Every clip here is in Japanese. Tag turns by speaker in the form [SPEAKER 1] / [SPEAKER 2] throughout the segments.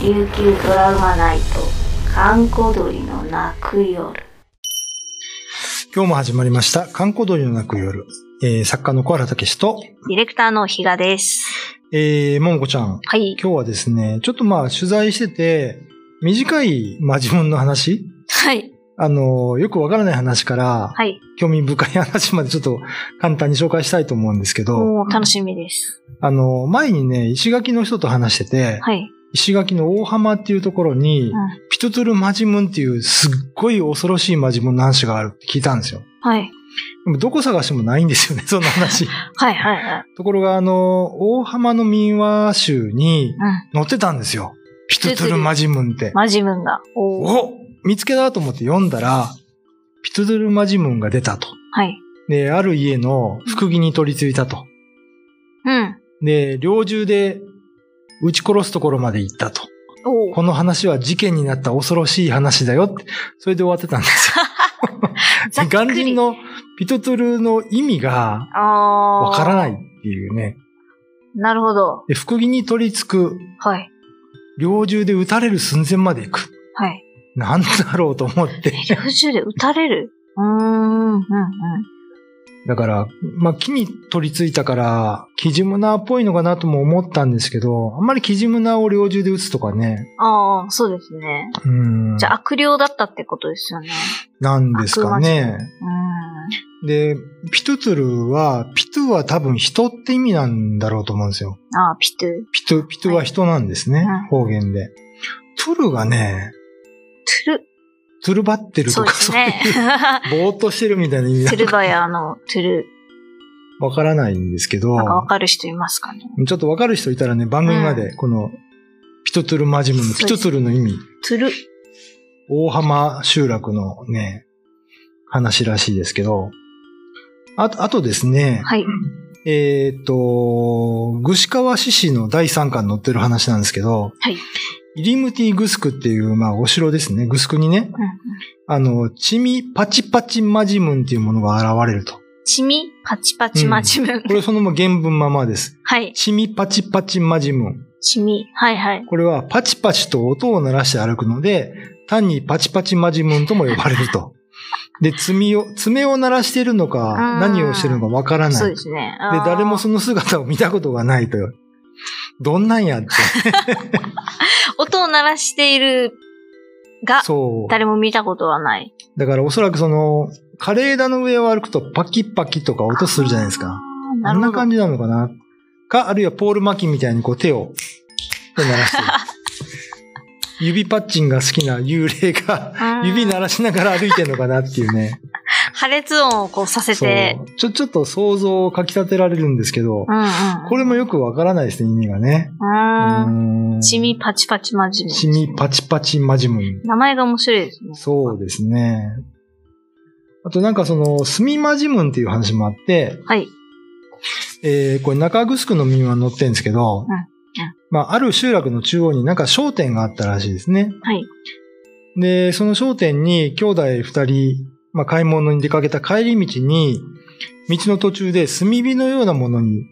[SPEAKER 1] 琉球ドラマナイト観光鳥の泣く夜
[SPEAKER 2] 今日も始まりました、観光鳥の泣く夜。えー、作家の小原武史と、
[SPEAKER 1] ディレクターの比嘉です
[SPEAKER 2] えー、ももこちゃん。
[SPEAKER 1] はい
[SPEAKER 2] 今日はですね、ちょっとまあ取材してて、短いマジモンの話
[SPEAKER 1] はい
[SPEAKER 2] あの、よくわからない話から、
[SPEAKER 1] はい
[SPEAKER 2] 興味深い話までちょっと簡単に紹介したいと思うんですけど、
[SPEAKER 1] もう楽しみです
[SPEAKER 2] あの、前にね、石垣の人と話してて、
[SPEAKER 1] はい、
[SPEAKER 2] 石垣の大浜っていうところに、
[SPEAKER 1] うん、
[SPEAKER 2] ピトトゥルマジムンっていうすっごい恐ろしいマジムンの話があるって聞いたんですよ。
[SPEAKER 1] はい
[SPEAKER 2] でもどこ探してもないんですよね、その話。
[SPEAKER 1] はいはいはい
[SPEAKER 2] ところが、あの、大浜の民話集に
[SPEAKER 1] うん
[SPEAKER 2] 載ってたんですよ。ピトトゥルマジムンって。
[SPEAKER 1] マジムンがおー
[SPEAKER 2] お見つけたと思って読んだら、ピトトゥルマジムンが出たと。
[SPEAKER 1] はい
[SPEAKER 2] で、ある家の福木に取り付いたと。
[SPEAKER 1] うん
[SPEAKER 2] で、猟銃で撃ち殺すところまで行ったと。
[SPEAKER 1] お
[SPEAKER 2] こ
[SPEAKER 1] ー
[SPEAKER 2] の話は事件になった恐ろしい話だよって、それで終わってたんです
[SPEAKER 1] ざっ
[SPEAKER 2] よ。
[SPEAKER 1] くり
[SPEAKER 2] 肝心のピトトゥルの意味が
[SPEAKER 1] あ
[SPEAKER 2] わ
[SPEAKER 1] わ
[SPEAKER 2] からないっていうね。
[SPEAKER 1] なるほど
[SPEAKER 2] で、福木に取り付く、
[SPEAKER 1] はい
[SPEAKER 2] 猟銃で撃たれる寸前まで行く。
[SPEAKER 1] はい
[SPEAKER 2] なんだろうと思って。
[SPEAKER 1] 猟銃で撃たれるうーんうんうん
[SPEAKER 2] だから、まあ、木に取り付いたから、キジムナーっぽいのかなとも思ったんですけど、あんまりキジムナーを猟銃で撃つとかね。
[SPEAKER 1] ああそうですね
[SPEAKER 2] うん。
[SPEAKER 1] じゃあ悪霊だったってことですよね
[SPEAKER 2] なんですかね。
[SPEAKER 1] うん
[SPEAKER 2] で、ピトゥトゥルは、ピトゥは多分人って意味なんだろうと思うんですよ。
[SPEAKER 1] ああ、ピトゥ。
[SPEAKER 2] ピトゥ、ピトゥは人なんですね。
[SPEAKER 1] はい
[SPEAKER 2] 方言で。トゥルがね、
[SPEAKER 1] トゥ
[SPEAKER 2] トゥルバって
[SPEAKER 1] ル。
[SPEAKER 2] る
[SPEAKER 1] そ
[SPEAKER 2] と
[SPEAKER 1] うで
[SPEAKER 2] か、
[SPEAKER 1] す
[SPEAKER 2] そういう
[SPEAKER 1] ね。
[SPEAKER 2] ぼーっとしてるみたいな意味
[SPEAKER 1] トゥ
[SPEAKER 2] なの
[SPEAKER 1] ル
[SPEAKER 2] か
[SPEAKER 1] バヤのトゥル。
[SPEAKER 2] わからないんですけど、
[SPEAKER 1] なんかわかる人いますかね。
[SPEAKER 2] ちょっとわかる人いたらね、番組まで、この、ピトゥトゥルマジムのピトゥトゥルの意味、
[SPEAKER 1] トゥル。
[SPEAKER 2] 大浜集落のね、話らしいですけど、あと、あとですね、
[SPEAKER 1] はい。
[SPEAKER 2] えーっと、具志川市史の第3巻に載ってる話なんですけど、
[SPEAKER 1] はい
[SPEAKER 2] イリムティグスクっていう、まあ、お城ですね。グスクにね、
[SPEAKER 1] うんうん
[SPEAKER 2] あの、チミパチパチマジムンっていうものが現れると。
[SPEAKER 1] チミ、パチパチマジムン。
[SPEAKER 2] これそのまま原文ままです。
[SPEAKER 1] はい。
[SPEAKER 2] チミパチパチマジムン。
[SPEAKER 1] チミ。はいはい。
[SPEAKER 2] これはパチパチと音を鳴らして歩くので、単にパチパチマジムンとも呼ばれる と。で、爪を、爪を鳴らしているのか、
[SPEAKER 1] うん
[SPEAKER 2] 何をしているのかわからない。
[SPEAKER 1] そうですね。
[SPEAKER 2] で、誰もそ
[SPEAKER 1] の。
[SPEAKER 2] の姿を見たことがないと。どんなんや って。
[SPEAKER 1] 音を鳴らしているが、
[SPEAKER 2] そう。
[SPEAKER 1] 誰も見たことはない。
[SPEAKER 2] だからおそらくその、枯れ枝の上を歩くとパキパキとか音するじゃないですか。
[SPEAKER 1] あー。な
[SPEAKER 2] あ
[SPEAKER 1] る
[SPEAKER 2] ん
[SPEAKER 1] ほ
[SPEAKER 2] な
[SPEAKER 1] ど
[SPEAKER 2] 感。じなのかな。か、あるいはポール巻きみたいにこう手を、こう鳴 らしてる。指パッチンが好きな幽霊が
[SPEAKER 1] う、ん
[SPEAKER 2] 指鳴らしながら歩いてるのかなってい うね。
[SPEAKER 1] 破裂音をこうさせ
[SPEAKER 2] そう
[SPEAKER 1] て。。
[SPEAKER 2] ちょ、ちょっと想像をかき立てられるんですけど
[SPEAKER 1] う、んうん。
[SPEAKER 2] これもよくわからないですね、意味がね。う
[SPEAKER 1] うん。
[SPEAKER 2] ーん
[SPEAKER 1] チミ、パチパチマジムン。
[SPEAKER 2] シミパチパチマジムン。
[SPEAKER 1] 名前が面白いですね。
[SPEAKER 2] そうですね。あとなんかその、スミマジムンっていう話もあって、
[SPEAKER 1] はい。
[SPEAKER 2] えーこれ中グスクの民話に載ってるんですけど、
[SPEAKER 1] うんうん
[SPEAKER 2] まあ、ある集落の中央になんか商店があったらしいですね。
[SPEAKER 1] はい。
[SPEAKER 2] で、その商店に兄弟二人、まあ、買い物に出かけた帰り道に、道の途中で炭火のようなものに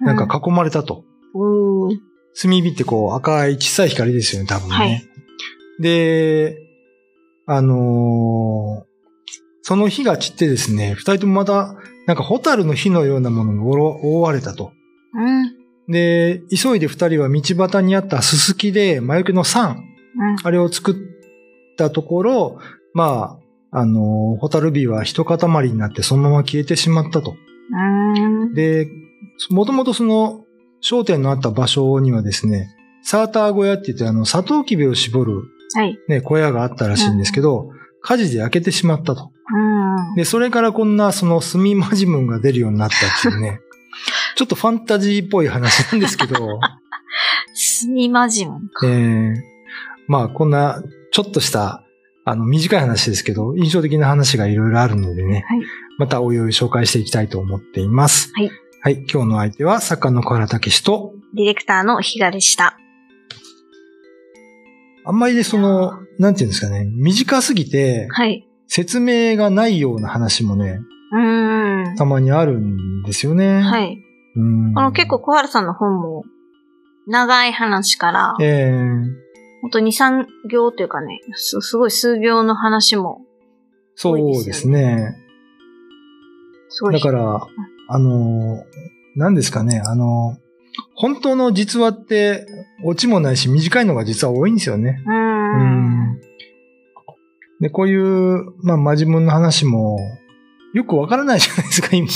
[SPEAKER 2] なんか囲まれたと。
[SPEAKER 1] うん、うー
[SPEAKER 2] 炭火ってこう赤い小さい光ですよね、多分ね。
[SPEAKER 1] はい
[SPEAKER 2] で、あのーその火が散ってですね、二人ともまた、なんかホタルの火のようなものに覆わ覆われたと。
[SPEAKER 1] うん。
[SPEAKER 2] で、急いで二人は道端にあったススキで魔除けの
[SPEAKER 1] う
[SPEAKER 2] 酸、
[SPEAKER 1] ん。
[SPEAKER 2] あれを作ったところ、まあ、あのーホタルビは一塊になってそのまま消えてしまったと。
[SPEAKER 1] うーん。
[SPEAKER 2] で、もともとその商店のあった場所にはですね、サーター小屋って言ってあの、サトウキビを絞る
[SPEAKER 1] はい。
[SPEAKER 2] ね、小屋があったらしいんですけど、火事で焼けてしまったと。
[SPEAKER 1] うん。
[SPEAKER 2] で、それからこんなその炭マジムンが出るようになったっていうね、ちょっとファンタジーっぽい話なんですけど、
[SPEAKER 1] スミマジムンか。
[SPEAKER 2] えーまあこんなちょっとした、あの短い話ですけど、印象的な話がいろいろあるのでね、
[SPEAKER 1] はい
[SPEAKER 2] またおいおい紹介していきたいと思っています。
[SPEAKER 1] はい。
[SPEAKER 2] はい、今日の相手は作家の小原武史と、
[SPEAKER 1] ディレクターの比嘉でした。
[SPEAKER 2] あんまりねその、なんていうんですかね、短すぎて、
[SPEAKER 1] はい。
[SPEAKER 2] 説明がないような話もね、
[SPEAKER 1] うーん。
[SPEAKER 2] たまにあるんですよね。。
[SPEAKER 1] はいい。
[SPEAKER 2] うん。
[SPEAKER 1] あの、結構、小原さんの本も、長い話から、
[SPEAKER 2] ええ
[SPEAKER 1] ほんと2、3行というかね、すすごい数行の話も、
[SPEAKER 2] そうですね。
[SPEAKER 1] すごい。
[SPEAKER 2] だから、あの、何ですかね、あの、本当の実話って、オチもないし、短いのが実は多いんですよね。
[SPEAKER 1] うー。
[SPEAKER 2] うんん。で、こういう、まあ、真面目な話も、よくわからないじゃないで すか、今。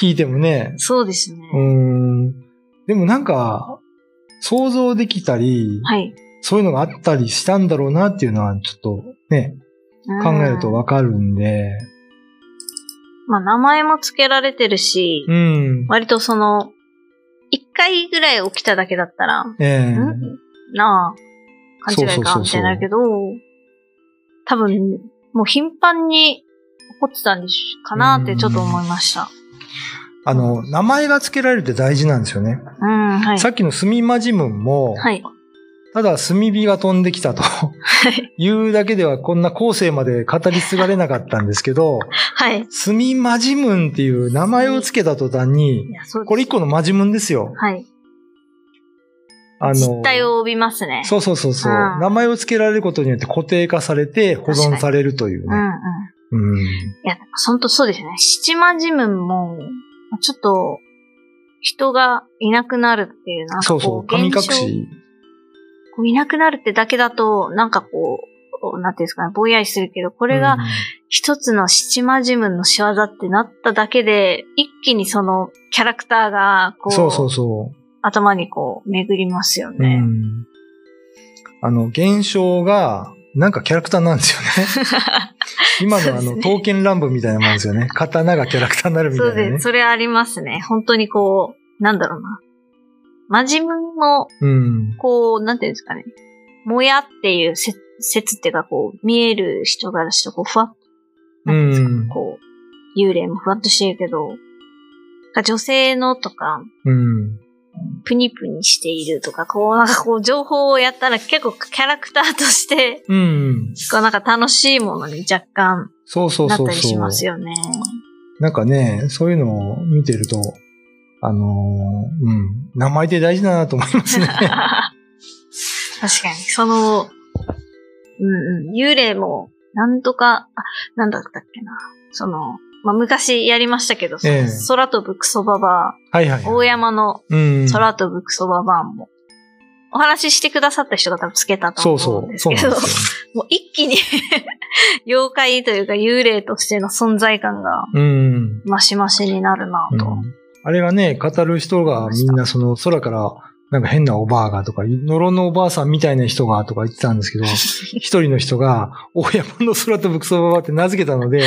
[SPEAKER 2] 聞いてもね。
[SPEAKER 1] そうですね。
[SPEAKER 2] うん。でもなんか、想像できたり、
[SPEAKER 1] はい。
[SPEAKER 2] そういうのがあったりしたんだろうなっていうのは、ちょっとね、考えると
[SPEAKER 1] うん
[SPEAKER 2] わかるんで、
[SPEAKER 1] まあ、名前も付けられてるし、
[SPEAKER 2] うん。
[SPEAKER 1] 割とその、一回ぐらい起きただけだったら、
[SPEAKER 2] ええ
[SPEAKER 1] んなあ、勘違いか、
[SPEAKER 2] そうそうそうそう
[SPEAKER 1] みたいになるけど、多分、もう頻繁に起こってたんでしょかなってちょっと思いました。
[SPEAKER 2] あの、名前が付けられるって大事なんですよね。
[SPEAKER 1] うん、はい。
[SPEAKER 2] さっきの炭マジムンも、
[SPEAKER 1] はい。
[SPEAKER 2] ただ炭火が飛んできたというだけではこんな後世まで語り継がれなかったんですけど、
[SPEAKER 1] はい。
[SPEAKER 2] 炭マジムンっていう名前を付けた途端に
[SPEAKER 1] い、や、そうです
[SPEAKER 2] これ一個のマジムンですよ。
[SPEAKER 1] はい。
[SPEAKER 2] あの、
[SPEAKER 1] 実態を帯びますね。
[SPEAKER 2] そうそうそうそう。
[SPEAKER 1] うん
[SPEAKER 2] 名前を付けられることによって固定化されて保存されるとい
[SPEAKER 1] う
[SPEAKER 2] う
[SPEAKER 1] ん
[SPEAKER 2] ね。
[SPEAKER 1] うん。
[SPEAKER 2] うん。
[SPEAKER 1] いや、ほんとそうですね。七間ジムも、ちょっと、人がいなくなるっていう、なんか
[SPEAKER 2] そ
[SPEAKER 1] こ
[SPEAKER 2] うそう。
[SPEAKER 1] う、
[SPEAKER 2] 神隠
[SPEAKER 1] 現象
[SPEAKER 2] し。
[SPEAKER 1] こういなくなるってだけだと、なんかこうこう、なんていうんですかね、ぼんやりするけど、こ
[SPEAKER 2] こ
[SPEAKER 1] れが、一つの七魔ジムの仕業ってなっただけで、一気にそのキャラクターが、こう、
[SPEAKER 2] そうそうそ
[SPEAKER 1] 頭にこう、巡りますよ
[SPEAKER 2] う。う
[SPEAKER 1] ね。
[SPEAKER 2] ん。あの、現象が、なんかキャラクターなんですよね。 今のあ
[SPEAKER 1] そう
[SPEAKER 2] の、
[SPEAKER 1] ですね
[SPEAKER 2] 刀剣乱舞みたいなもんですよね。刀がキャラクターになるみた
[SPEAKER 1] そう
[SPEAKER 2] いな
[SPEAKER 1] で
[SPEAKER 2] ね
[SPEAKER 1] す。。それありますね。本当にこう、なんだろうな。魔ジムも、
[SPEAKER 2] うん。
[SPEAKER 1] こう、なんていうんですかね。もやっていうせ説っていうか、こう、見える人からして、こう、ふわっ
[SPEAKER 2] う
[SPEAKER 1] なんていうんん。こう、幽霊もふわっとしてるけど、女性のとか、
[SPEAKER 2] うん。
[SPEAKER 1] プニプニしているとか、こう、なんかこう、情報をやったら結構キャラクターとして、
[SPEAKER 2] うん。
[SPEAKER 1] こうなんか楽しいものに若干
[SPEAKER 2] そうそう
[SPEAKER 1] なっ
[SPEAKER 2] そう
[SPEAKER 1] たりし
[SPEAKER 2] そう。
[SPEAKER 1] ますよね。
[SPEAKER 2] なんかね、そういうのを見てると、あのーうん。名前って大事だなと思いま すね。
[SPEAKER 1] 確かに、その、うんうん、幽霊も、なんとか、あ、なんだったっけな。その、まあ、昔やりましたけど、その
[SPEAKER 2] ええ
[SPEAKER 1] 空飛ぶクソババ
[SPEAKER 2] はいはい。
[SPEAKER 1] ア、大山の
[SPEAKER 2] うん。
[SPEAKER 1] 空飛ぶクソババアも、お話ししてくださった人が多分つけたと
[SPEAKER 2] そうそ
[SPEAKER 1] 思うんで
[SPEAKER 2] う。
[SPEAKER 1] す
[SPEAKER 2] そう
[SPEAKER 1] け
[SPEAKER 2] なん
[SPEAKER 1] ど
[SPEAKER 2] で、す
[SPEAKER 1] もう一気に 妖怪というか幽霊としての存在感が
[SPEAKER 2] よ。うん。
[SPEAKER 1] マシマシになるな
[SPEAKER 2] う
[SPEAKER 1] と。
[SPEAKER 2] んあれがね、語る人がみんなその空からなんか変なおばあがとか、のろのおばあさんみたいな人がとか言ってたん ですけど、一人の人が大山の空飛ぶクソババアって名付け たので、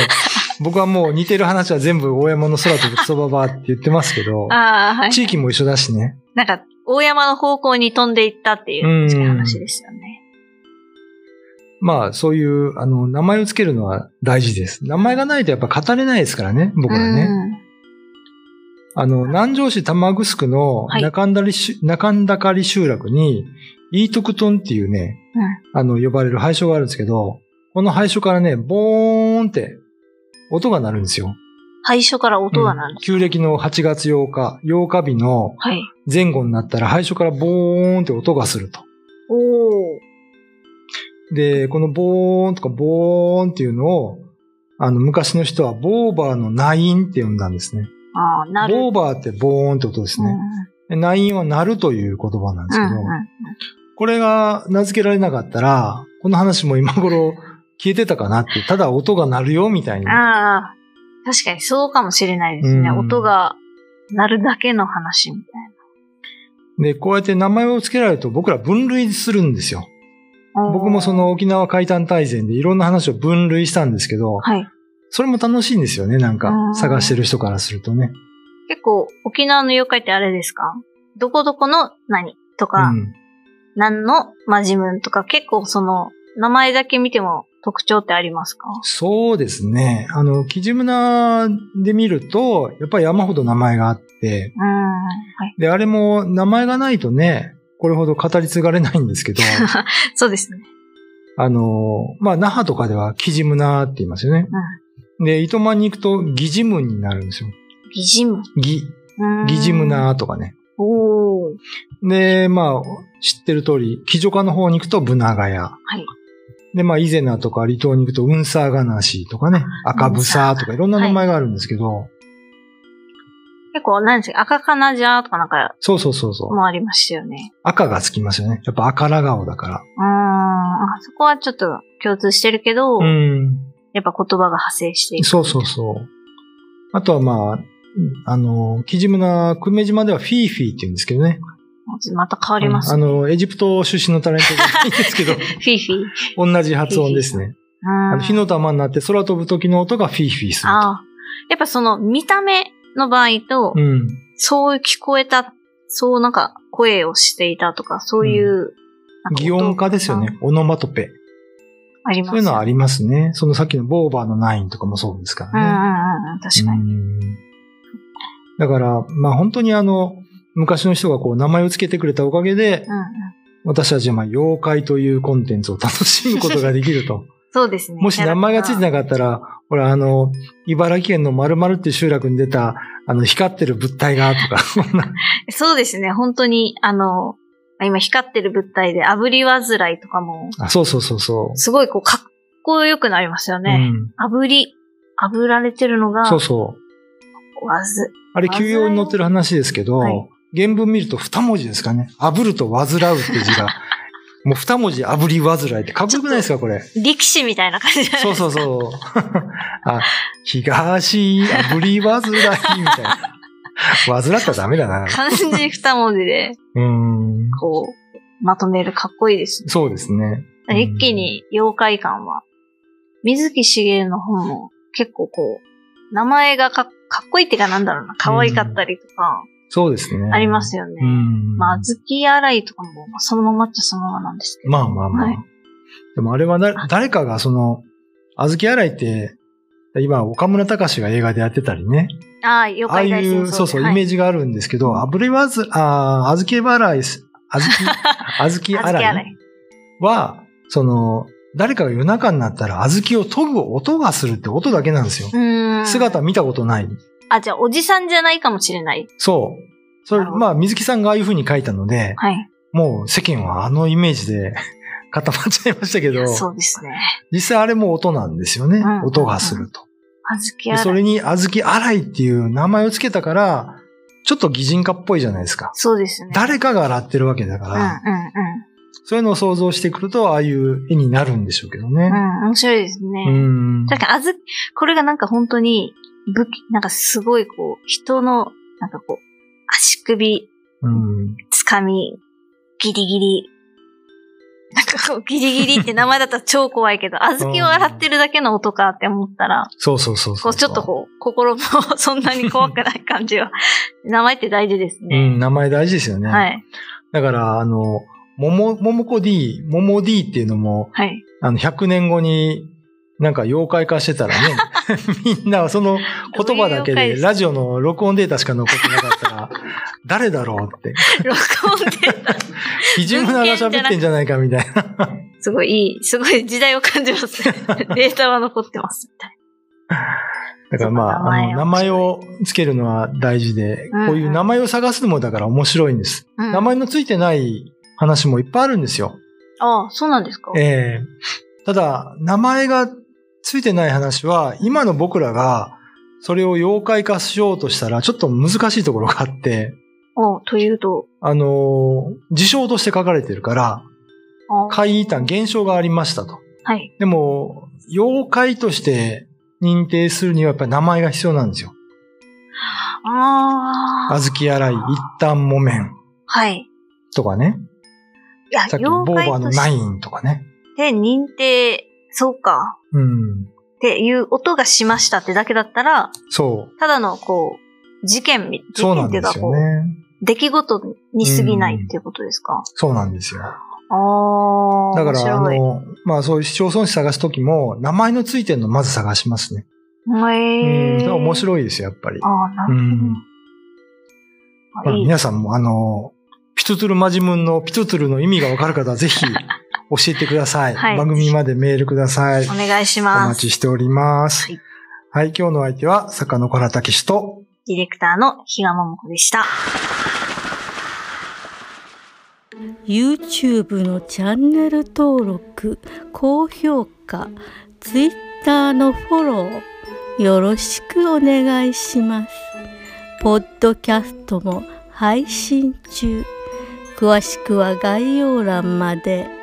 [SPEAKER 2] 僕はもう似てる話は全部大山の空飛ぶクソババアって言ってますけど、
[SPEAKER 1] ああ、はい。
[SPEAKER 2] 地域も一緒だしね。
[SPEAKER 1] なんか、大山の方向に飛んでいったってい
[SPEAKER 2] うん
[SPEAKER 1] う話ですよね。
[SPEAKER 2] まあそういう、あの、名前をつけるのは大事です。名前がないとやっぱ語れないですからね、僕らね。あの、南城市玉城の
[SPEAKER 1] はい
[SPEAKER 2] 中んだりし、中んだかり集落に、イートクトンっていうね、あの、呼ばれる廃所があるんですけど、この廃所からね、ボーンって音が鳴るんですよ。
[SPEAKER 1] 最初から音が鳴る
[SPEAKER 2] うん。旧暦の8月8日、8日日の
[SPEAKER 1] はい。
[SPEAKER 2] 前後になったら廃所からボーンって音がすると。
[SPEAKER 1] おお。
[SPEAKER 2] で、このボーンとかボーンっていうのを、あの、昔の人はボーバーのナインって呼んだんですね。
[SPEAKER 1] ああ、なる。
[SPEAKER 2] ボーバーってボーンって音ですね。でナインは鳴るという言葉なんで
[SPEAKER 1] う
[SPEAKER 2] す
[SPEAKER 1] んう
[SPEAKER 2] け
[SPEAKER 1] ん
[SPEAKER 2] ど、
[SPEAKER 1] うん
[SPEAKER 2] これが名付けられなかったら、この話も今頃消えてたかなって、ただ音が鳴るよみたい
[SPEAKER 1] うん。あ
[SPEAKER 2] な。
[SPEAKER 1] あ、確かにそうかもしれないですね。
[SPEAKER 2] うん
[SPEAKER 1] 音が鳴るだけの話みたい
[SPEAKER 2] で、こうやって名前を付けられると僕ら分類するんですよ。
[SPEAKER 1] な。おー
[SPEAKER 2] 僕もそ、の沖縄海胆大全でいろんな話を分類したんですけど、
[SPEAKER 1] はい。
[SPEAKER 2] それも楽しいんですよね、なんか
[SPEAKER 1] うん
[SPEAKER 2] 探してる人からするとね。
[SPEAKER 1] 結構、沖縄の妖怪ってあれですかどこどこの何と
[SPEAKER 2] う
[SPEAKER 1] か、
[SPEAKER 2] ん。
[SPEAKER 1] 何のマジムンとか、結構その、名前だけ見ても特徴ってありますか
[SPEAKER 2] そうですね。あの、キジムナで見ると、やっぱり山ほど名前があって、
[SPEAKER 1] うーん。はい。
[SPEAKER 2] で、あれも名前がないとね、これほど語り継がれないんですけど、
[SPEAKER 1] そうですね。
[SPEAKER 2] あの、まあ、那覇とかではキジムナーって言いますよね。で、糸満に行くとギジムンになるんですよ。
[SPEAKER 1] ギジム。
[SPEAKER 2] ギ、
[SPEAKER 1] うーん
[SPEAKER 2] ギジム。ナーとかね。
[SPEAKER 1] うおー。
[SPEAKER 2] で、まあ、知ってる通り、基女化の方に行くとブナガヤ。
[SPEAKER 1] い
[SPEAKER 2] で、まあ、イゼナとか離島に行くとウンサーガナシとかね、赤ブサとかいろんな名前があるんですけど、
[SPEAKER 1] 結構、何ですか、赤かなじゃーとかなんか
[SPEAKER 2] そうそうそうそう。
[SPEAKER 1] もありましたよね。
[SPEAKER 2] 赤がつきますよね。やっぱ赤ら顔だか
[SPEAKER 1] うーん。あそこはちょっと共通してるけど、
[SPEAKER 2] ら。うん。
[SPEAKER 1] やっぱ言葉が派生していく。
[SPEAKER 2] そうそうそう。あとはまあ、あの、キジムナ、久米島ではフィーフィーって言うんですけどね。
[SPEAKER 1] また変わります
[SPEAKER 2] あ
[SPEAKER 1] ね。
[SPEAKER 2] の、エジプト出身のタレントがいいんです けど、
[SPEAKER 1] フィーフィー。
[SPEAKER 2] 同じ発音ですね。あ
[SPEAKER 1] あ
[SPEAKER 2] の火の玉になって空飛ぶ時の音がフィーフィーすると。
[SPEAKER 1] ああ。やっぱその見た目の場合と、
[SPEAKER 2] うん。
[SPEAKER 1] そう聞こえた、そうなんか声をしていたとか、そういう。なんか
[SPEAKER 2] 擬音化ですよね。。オノマトペ。
[SPEAKER 1] あります
[SPEAKER 2] そういうのはあ
[SPEAKER 1] り
[SPEAKER 2] りますね。そのさっきのボーバーのナインとかもそうですから
[SPEAKER 1] うんう
[SPEAKER 2] ね。
[SPEAKER 1] んうん。確かに。
[SPEAKER 2] うんだから、まあ本当にあの、昔の人がこう名前をつけてくれたおかげで、
[SPEAKER 1] うんうん。
[SPEAKER 2] 私たちはまあ妖怪というコンテンツを楽しむことができると。
[SPEAKER 1] そうですね。
[SPEAKER 2] もし名前がついて
[SPEAKER 1] い。
[SPEAKER 2] なかったら、ほらあの、茨城県の〇〇っていう集落に出た、あの、光ってる物体が、とか、そ んな
[SPEAKER 1] そうですね。本当に、あの、今光ってる物体で炙りわずらいとかも、
[SPEAKER 2] あそうそうそうそ
[SPEAKER 1] すごいこうかっこよくなりますよ
[SPEAKER 2] う。
[SPEAKER 1] ね。
[SPEAKER 2] うん。
[SPEAKER 1] 炙り、炙られてるのが、
[SPEAKER 2] そうそう。
[SPEAKER 1] わず、
[SPEAKER 2] あれ、休養に載ってる話ですけど、
[SPEAKER 1] はい
[SPEAKER 2] 原文見ると二文字ですかね。炙ると煩うって字 が。もう二文字炙り煩いってかっこよくないですか、これ。
[SPEAKER 1] 力士みたいな感じじゃない
[SPEAKER 2] そうそうそう。 あ、東、炙り煩い、みた いな。煩ったらダメだ な。
[SPEAKER 1] 漢字二文字で、
[SPEAKER 2] うん。
[SPEAKER 1] こう、まとめるかっこいいですね。
[SPEAKER 2] そうですね。うん
[SPEAKER 1] 一気に妖怪感は。水木しげるの本も結構こう、名前がかかっこいいっていうかなんだろうな、可愛かったりとか、
[SPEAKER 2] そうですね。
[SPEAKER 1] ありますよね。
[SPEAKER 2] うん。
[SPEAKER 1] まあ、小豆洗いとかもまあそのままっちゃそのままなんですけど。
[SPEAKER 2] まあまあまあ。
[SPEAKER 1] はい
[SPEAKER 2] でもあれはだ誰かがその、小豆洗いって、今、岡村隆史が映画でやってたりね。
[SPEAKER 1] ああ、妖
[SPEAKER 2] ああ
[SPEAKER 1] 怪大
[SPEAKER 2] い
[SPEAKER 1] 戦争
[SPEAKER 2] う、そうそう、
[SPEAKER 1] はい
[SPEAKER 2] イメージがあるんですけど、炙りわず、ああ、小豆洗いす、 小豆、小
[SPEAKER 1] 小
[SPEAKER 2] 豆
[SPEAKER 1] 豆
[SPEAKER 2] 洗いは、その、誰かが夜中になったら小豆を研ぐ音がするって音だけなんですよ。
[SPEAKER 1] うーん。
[SPEAKER 2] 姿。見たことない。
[SPEAKER 1] あ、じゃあ、おじさんじゃないかもしれない。
[SPEAKER 2] そう。それ、
[SPEAKER 1] なるほど
[SPEAKER 2] まあ、水木さんがああいう風に書いたので、
[SPEAKER 1] はい。
[SPEAKER 2] もう世間はあのイメージで固まっちゃいましたけど、
[SPEAKER 1] そうですね。
[SPEAKER 2] 実際あれも音なんですよね。
[SPEAKER 1] うん
[SPEAKER 2] 音がすると。
[SPEAKER 1] 小
[SPEAKER 2] で
[SPEAKER 1] 豆
[SPEAKER 2] そ
[SPEAKER 1] 洗い。
[SPEAKER 2] れに、小豆洗いっていう名前をつけたから、ちょっと擬人化っぽいじゃないですか。
[SPEAKER 1] そうですね。
[SPEAKER 2] 誰かが洗ってるわけだから、
[SPEAKER 1] うんうん
[SPEAKER 2] そういうのを想像してくると、ああいう絵になるんでしょうけどね
[SPEAKER 1] う。ん。うん、面白いですね。
[SPEAKER 2] うん。
[SPEAKER 1] だから、あず、これがなんか本当に、武器、なんかすごいこう、人の、なんかこう、足首、
[SPEAKER 2] うん。
[SPEAKER 1] つかみ、ギリギリ。なんかこ う、ギリギリって名前だったら超怖いけど、小豆を洗ってるだけの音かって思ったら、
[SPEAKER 2] そうそうそうそ
[SPEAKER 1] こ
[SPEAKER 2] う
[SPEAKER 1] う、ちょっとこう、心も そんなに怖くない感じは。名前って大事です
[SPEAKER 2] う
[SPEAKER 1] ね。
[SPEAKER 2] ん、名前大事ですよね。
[SPEAKER 1] はい。
[SPEAKER 2] だから、あの、もも、ももこ D、もも D っていうのも、
[SPEAKER 1] はい。
[SPEAKER 2] あの、100年後に、なんか妖怪化してた らね、みんなはその言葉だけ
[SPEAKER 1] どういう妖怪で
[SPEAKER 2] で、
[SPEAKER 1] す
[SPEAKER 2] ラジオの録音データしか残ってなかっ たら、誰だろうって、
[SPEAKER 1] 録音で、
[SPEAKER 2] ひじむなが喋ってんじゃないかみたいな。
[SPEAKER 1] すごいいい、すごい時代を感じます ね。データは残ってます。みたい
[SPEAKER 2] だからまあ、あの、名
[SPEAKER 1] 名前
[SPEAKER 2] 前をつけるのは大事で、
[SPEAKER 1] うん
[SPEAKER 2] こういう名前を探すのもだから面白いんです。
[SPEAKER 1] なうん
[SPEAKER 2] 名前のついてない話もいっぱいあるんですよ。
[SPEAKER 1] ああ、そうなんですか
[SPEAKER 2] ええただ、名前がついてない話は、今の僕らが、それを妖怪化しようとしたら、ちょっと難しいところがあって、
[SPEAKER 1] おというと、
[SPEAKER 2] あのー事象として書かれてるから、
[SPEAKER 1] あ
[SPEAKER 2] 怪異端現象がありましたと。
[SPEAKER 1] はい。
[SPEAKER 2] でも、妖怪として認定するにはやっぱり名前が必要なんですよ。
[SPEAKER 1] ああ。
[SPEAKER 2] 小豆洗い、一旦木綿
[SPEAKER 1] はい。
[SPEAKER 2] とかね。
[SPEAKER 1] いや、
[SPEAKER 2] さっき、ボー
[SPEAKER 1] 妖
[SPEAKER 2] バ
[SPEAKER 1] 怪
[SPEAKER 2] ーの
[SPEAKER 1] と
[SPEAKER 2] ナ
[SPEAKER 1] し
[SPEAKER 2] インとかね。
[SPEAKER 1] て認定、そうか、
[SPEAKER 2] うん。
[SPEAKER 1] っていう音がしましたってだけだったら、
[SPEAKER 2] そう。
[SPEAKER 1] ただのこう、事件み、事
[SPEAKER 2] そう
[SPEAKER 1] 件っ
[SPEAKER 2] なん
[SPEAKER 1] ていう
[SPEAKER 2] で
[SPEAKER 1] か
[SPEAKER 2] す
[SPEAKER 1] こ
[SPEAKER 2] よ
[SPEAKER 1] う、
[SPEAKER 2] ね。
[SPEAKER 1] 出来事に過ぎないっていうことですか。
[SPEAKER 2] そうなんですよ。
[SPEAKER 1] ああ。
[SPEAKER 2] だから、あ
[SPEAKER 1] 面
[SPEAKER 2] の、まあそういう市町村市探すときも、名前のついてるのまず探しますね。
[SPEAKER 1] 白い。
[SPEAKER 2] う
[SPEAKER 1] へ
[SPEAKER 2] ん。そ
[SPEAKER 1] え。
[SPEAKER 2] れは面
[SPEAKER 1] い。
[SPEAKER 2] 白いですよ、やっぱり。
[SPEAKER 1] ああ、な
[SPEAKER 2] う
[SPEAKER 1] る
[SPEAKER 2] ん。
[SPEAKER 1] ほ
[SPEAKER 2] ま
[SPEAKER 1] ど。
[SPEAKER 2] あ
[SPEAKER 1] いい。
[SPEAKER 2] 皆さんも、あの、ピトゥトゥルマジムンのピトゥトゥルの意味がわかる方は、ぜひ教えてください。
[SPEAKER 1] はい
[SPEAKER 2] 番組までメールください。
[SPEAKER 1] お願いし
[SPEAKER 2] お
[SPEAKER 1] ま
[SPEAKER 2] 待
[SPEAKER 1] す。
[SPEAKER 2] ちしておりま
[SPEAKER 1] は
[SPEAKER 2] す。
[SPEAKER 1] い
[SPEAKER 2] はい、今日のお相手は、坂野原武史と、
[SPEAKER 1] ディレクターの比嘉桃子でした。
[SPEAKER 3] YouTube のチャンネル登録、高評価、Twitter のフォロー、よろしくお願いします。ポッドキャストも配信中。詳しくは概要欄まで。